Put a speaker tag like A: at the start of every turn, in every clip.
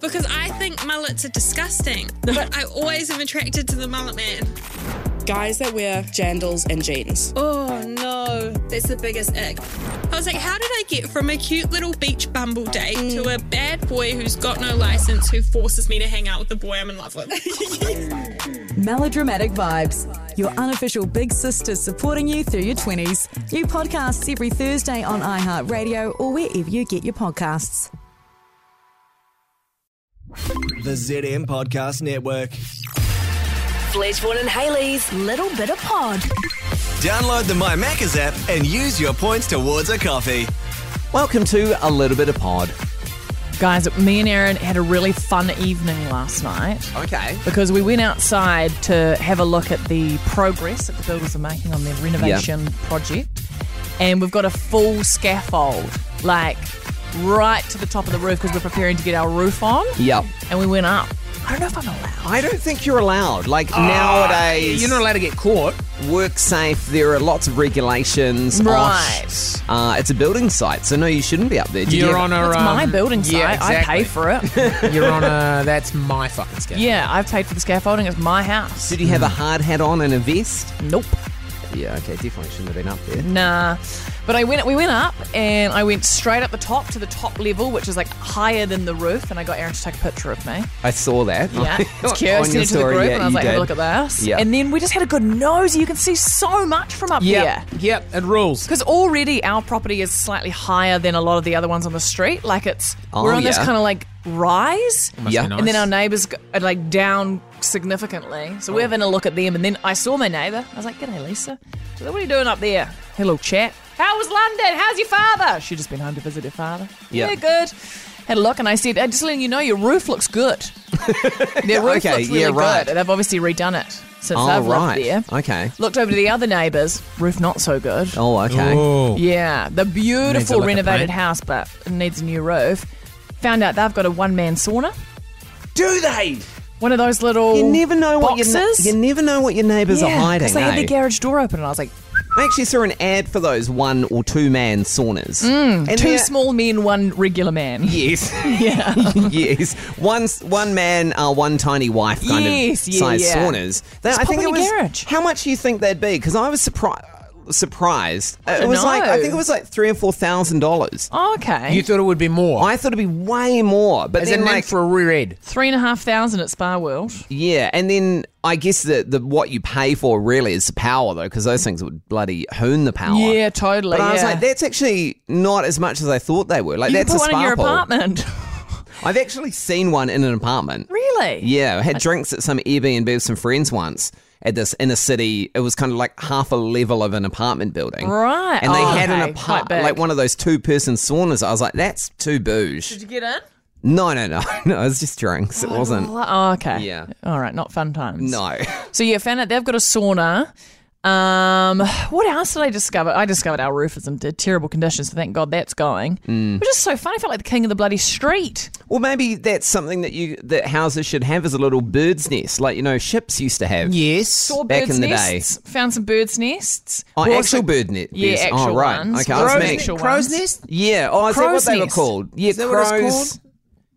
A: because I think mullets are disgusting, but I always am attracted to the mullet man.
B: Guys that wear jandals and jeans.
A: Oh no, that's the biggest ick. I was like, how did I get from a cute little beach bumble date to a bad boy who's got no license who forces me to hang out with the boy I'm in love with?
C: Melodramatic Vibes, your unofficial big sister supporting you through your 20s. New podcasts every Thursday on iHeartRadio or wherever you get your podcasts.
D: The ZM Podcast Network.
E: Fleshborn and Haley's Little Bit of Pod.
D: Download the My Maccas app and use your points towards a coffee.
F: Welcome to A Little Bit of Pod.
G: Guys, me and Aaron had a really fun evening last night
F: Okay.
G: because we went outside to have a look at the progress that the builders are making on their renovation project. And we've got a full scaffold, like right to the top of the roof because we're preparing to get our roof on.
F: Yep.
G: And we went up. I don't know if I'm allowed.
F: I don't think you're allowed. Like
G: Ah,
F: nowadays,
H: You're not allowed to get caught.
F: work safe. There are lots of regulations.
G: Right.
F: On, uh, it's a building site, so no, you shouldn't be up there. Did you ever-
H: You're on a.
G: It's
H: um,
G: my building site.
H: Yeah,
G: I pay
H: exactly.
G: for it.
H: You're on a. That's my fucking scam.
G: yeah, I've paid for the scaffolding. It's my house.
F: Did you have a hard hat on and a vest?
G: Nope.
F: Yeah. Okay. Definitely shouldn't have been up there.
G: Nah. But I went. We went up, and I went straight up the top to the top level, which is like higher than the roof. And I got Aaron to take a picture of me.
F: I saw that.
G: Yeah, it's cute. I
F: On
G: sent it
F: your
G: to the
F: story,
G: group,
F: yeah,
G: and I was
F: you
G: like, "Have a
F: did.
G: look at this."
F: Yeah.
G: And then we just had a good nose. You can see so much from up
H: Yep.
G: here.
H: Yep. It rules.
G: Because already our property is slightly higher than a lot of the other ones on the street. Like it's
F: Oh,
G: we're on this
F: yeah.
G: kind of like rise,
F: Yeah.
H: be nice.
G: and then our neighbours go- are like down significantly.
F: Oh.
G: So we're having a look at them, and then I saw my neighbour. I was like, "G'day, Lisa." She's like, "What are you doing up there?" Hello, chat. How was London? How's your father? She just been home to visit her father.
F: Yeah.
G: Yeah, good. Had a look, and I said, "Hey, "Just letting you know, your roof looks good. Their roof
F: Okay,
G: looks really
F: yeah, right.
G: good. They've obviously redone it since
F: Oh
G: I've
F: right.
G: lived there."
F: Okay.
G: Looked over to the other neighbours. Roof not so good.
F: Oh okay.
H: Oh.
G: Yeah, the
H: Needs a
G: beautiful
H: lick of
G: renovated
H: paint.
G: house, but it needs a new roof. Found out they've got a one man sauna.
F: Do they?
G: One of those little
F: You never know what
G: boxes.
F: your ne- you never know what your neighbours
G: yeah,
F: are hiding.
G: 'cause They had
F: eh?
G: the garage door open, and I was like,
F: I actually saw an ad for those one or two man saunas. and
G: Mm, two
F: they're-
G: small men, one regular man.
F: Yes. Yeah. yes. One s- one man, uh, one tiny wife kind
G: Yes,
F: of
G: yeah,
F: size
G: yeah.
F: saunas. They-
G: Just
F: I think
G: pop
F: it
G: in
F: was.
G: your garage.
F: How much do you think they'd be? Because I was surprised. Surprised. It was like I
G: know.
F: think it was like three or four thousand dollars.
G: Oh, okay.
H: You thought it would be
G: Oh.
H: more.
F: I thought it'd be way more, but
H: As
F: then
H: in
F: like
H: like for a reread.
G: Three and a half thousand at Spa World.
F: yeah, and then I guess the, the what you pay for really is the power though, because those things would bloody hoon the power.
G: Yeah, totally.
F: Oh. But I was
G: yeah.
F: like, that's actually not as much as I thought they were. Like
G: you
F: that's
G: can
F: a
G: put
F: spa
G: one in your
F: pole.
G: apartment.
F: I've actually seen one in an apartment.
G: really?
F: Yeah, I had drinks at some Airbnb with some friends once at this inner city. It was kind of like half a level of an apartment building.
G: Right.
F: And they
G: Oh,
F: had an
G: okay, quite
F: apartment,
G: big.
F: like one of those two person saunas. I was like, that's too bouge.
G: Did you get in?
F: No, no, no. No, it was just drinks. It wasn't.
G: Oh, okay.
F: Yeah.
G: All right. Not fun times.
F: No.
G: So yeah, found out they've got a sauna. Um, what else did I discover? I discovered our roof is in t- terrible condition, so thank God that's going.
F: Hmm.
G: Which is so funny. I felt like the king of the bloody street.
F: Well, maybe that's something that you that houses should have as a little bird's nest, like you know ships used to have.
H: Yes.
G: Saw
F: Back
G: birds
F: in the day.
G: nests. Found some birds nests.
F: Oh,
G: Well,
F: actual
G: so-
F: bird net.
G: Yeah,
F: yes.
G: actual
F: oh, right.
G: ones.
F: Okay, I was
G: Crow's
F: meaning-
G: actual
H: Crow's
G: ones.
H: nest?
F: Yeah. Oh, is that what
G: Crow's
F: they were
G: nest.
F: called? Yeah,
H: that what
F: crows.
H: it's called?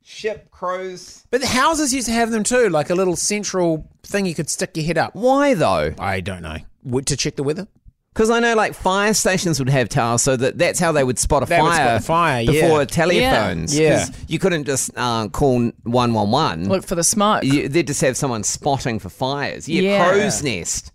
F: Ship crows.
H: But the houses used to have them too, like a little central thing you could stick your head up.
F: Why though?
H: I don't know. What, to check the weather?
F: Because I know like fire stations would have towers, so that that's how they would spot a
H: They would
F: fire.
H: spot a fire, yeah.
F: before telephones. 'Cause
H: Yeah.
F: you couldn't just uh, call one one one.
G: Look for the smoke.
F: They'd just have someone spotting for fires. Yeah,
G: Yeah.
F: crow's nest.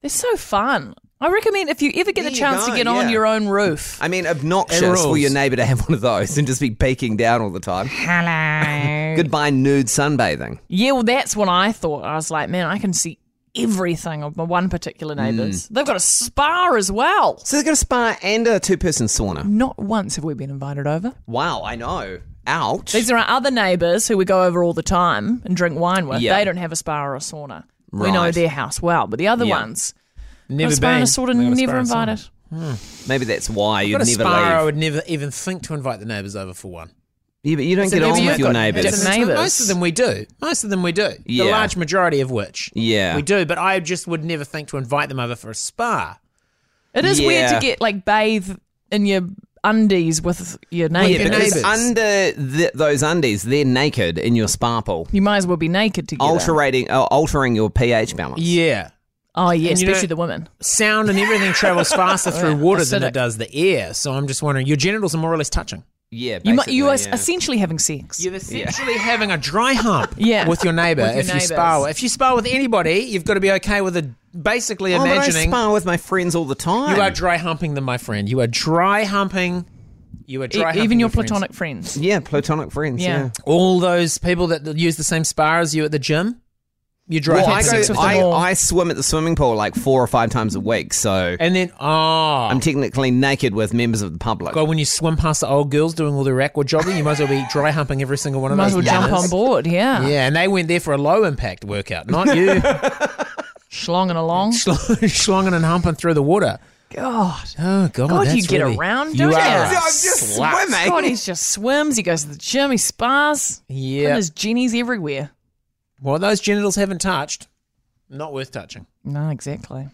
G: They're so fun. I recommend if you ever get
F: There
G: the
F: you
G: chance
F: go,
G: to get on
F: yeah.
G: your own roof.
F: I mean, obnoxious for
H: rules.
F: your neighbour to have one of those and just be peeking down all the time. Hello. Goodbye, nude sunbathing.
G: Yeah, well, that's what I thought. I was like, man, I can see everything of my one particular neighbour's.
F: Hmm.
G: They've got a spa as well.
F: So they've got a spa and a two-person sauna.
G: Not once have we been invited over.
F: Wow, I know. Ouch.
G: These are our other neighbours who we go over all the time and drink wine with.
F: Yeah.
G: They don't have a spa or a sauna. We know
F: Right.
G: their house well, but the other
F: Yeah.
G: ones, got
H: Never
G: a spa
H: been.
G: and a sauna,
H: Never
G: never
H: spa and a
G: invited.
H: sauna.
F: Maybe that's why you'd
H: Got a
F: never
H: spa, I
F: leave.
H: would never even think to invite the neighbours over for one.
F: Yeah, but you don't get
G: maybe
F: on
G: you've
F: with
G: got
F: your neighbours.
G: different- neighbours.
H: Most of them we do. Most of them we do.
F: Yeah.
H: The large majority of which
F: Yeah.
H: we do. But I just would never think to invite them over for a spa.
G: It is weird
F: Yeah.
G: to get like bathe in your undies with your
F: yeah,
G: neighbour.
H: your
F: because
H: neighbours.
F: under th those undies, they're naked in your spa pool,
G: you might as well be naked together.
F: altering uh, altering your pH balance.
H: Yeah.
G: Oh yeah,
H: And you know-
G: especially the women.
H: Sound and everything travels faster through water than
G: acidic.
H: it does the air. So I'm just wondering, your genitals are more or less touching.
F: Yeah,
G: You might, you are
F: basically, yeah.
G: essentially having sex.
H: You're essentially having a dry hump
G: Yeah.
H: with your neighbour
G: With your
H: if you
G: neighbours.
H: spar. If you spar with anybody, you've got to be okay with a, basically
F: Oh, but I
H: imagining
F: spar with my friends all the time.
H: you are dry humping them, my friend. You are dry humping. You are
G: E-
H: dry humping
G: even your
H: friends.
G: platonic friends.
F: yeah, platonic friends.
G: Yeah.
F: Yeah.
H: All those people that use the same spa as you at the gym, you dry
F: Well, I,
H: humping.
G: sex
F: go,
G: with
F: I,
G: them all.
F: I swim at the swimming pool like four or five times a week, so
H: and then, ah.
F: I'm technically naked with members of the public.
H: God, when you swim past the old girls doing all their aqua jogging, you might as well be dry humping every single one of
G: Might as
H: those.
G: well jump
H: yummers.
G: on board. Yeah,
H: Yeah, and they went there for a low impact workout, not you
G: schlonging along.
H: schl- schlonging and humping through the water.
G: God,
H: Oh God,
G: God,
H: that's
G: you get
H: really-
G: around,
H: you
G: don't
H: are
G: you?
H: a
G: Yeah, I'm
F: just
H: slut.
F: swimming.
G: God, he just swims. He goes to the gym. He spars. And
H: Yeah,
G: there's jennies everywhere.
H: well, those genitals haven't touched. Not worth touching.
G: No, exactly.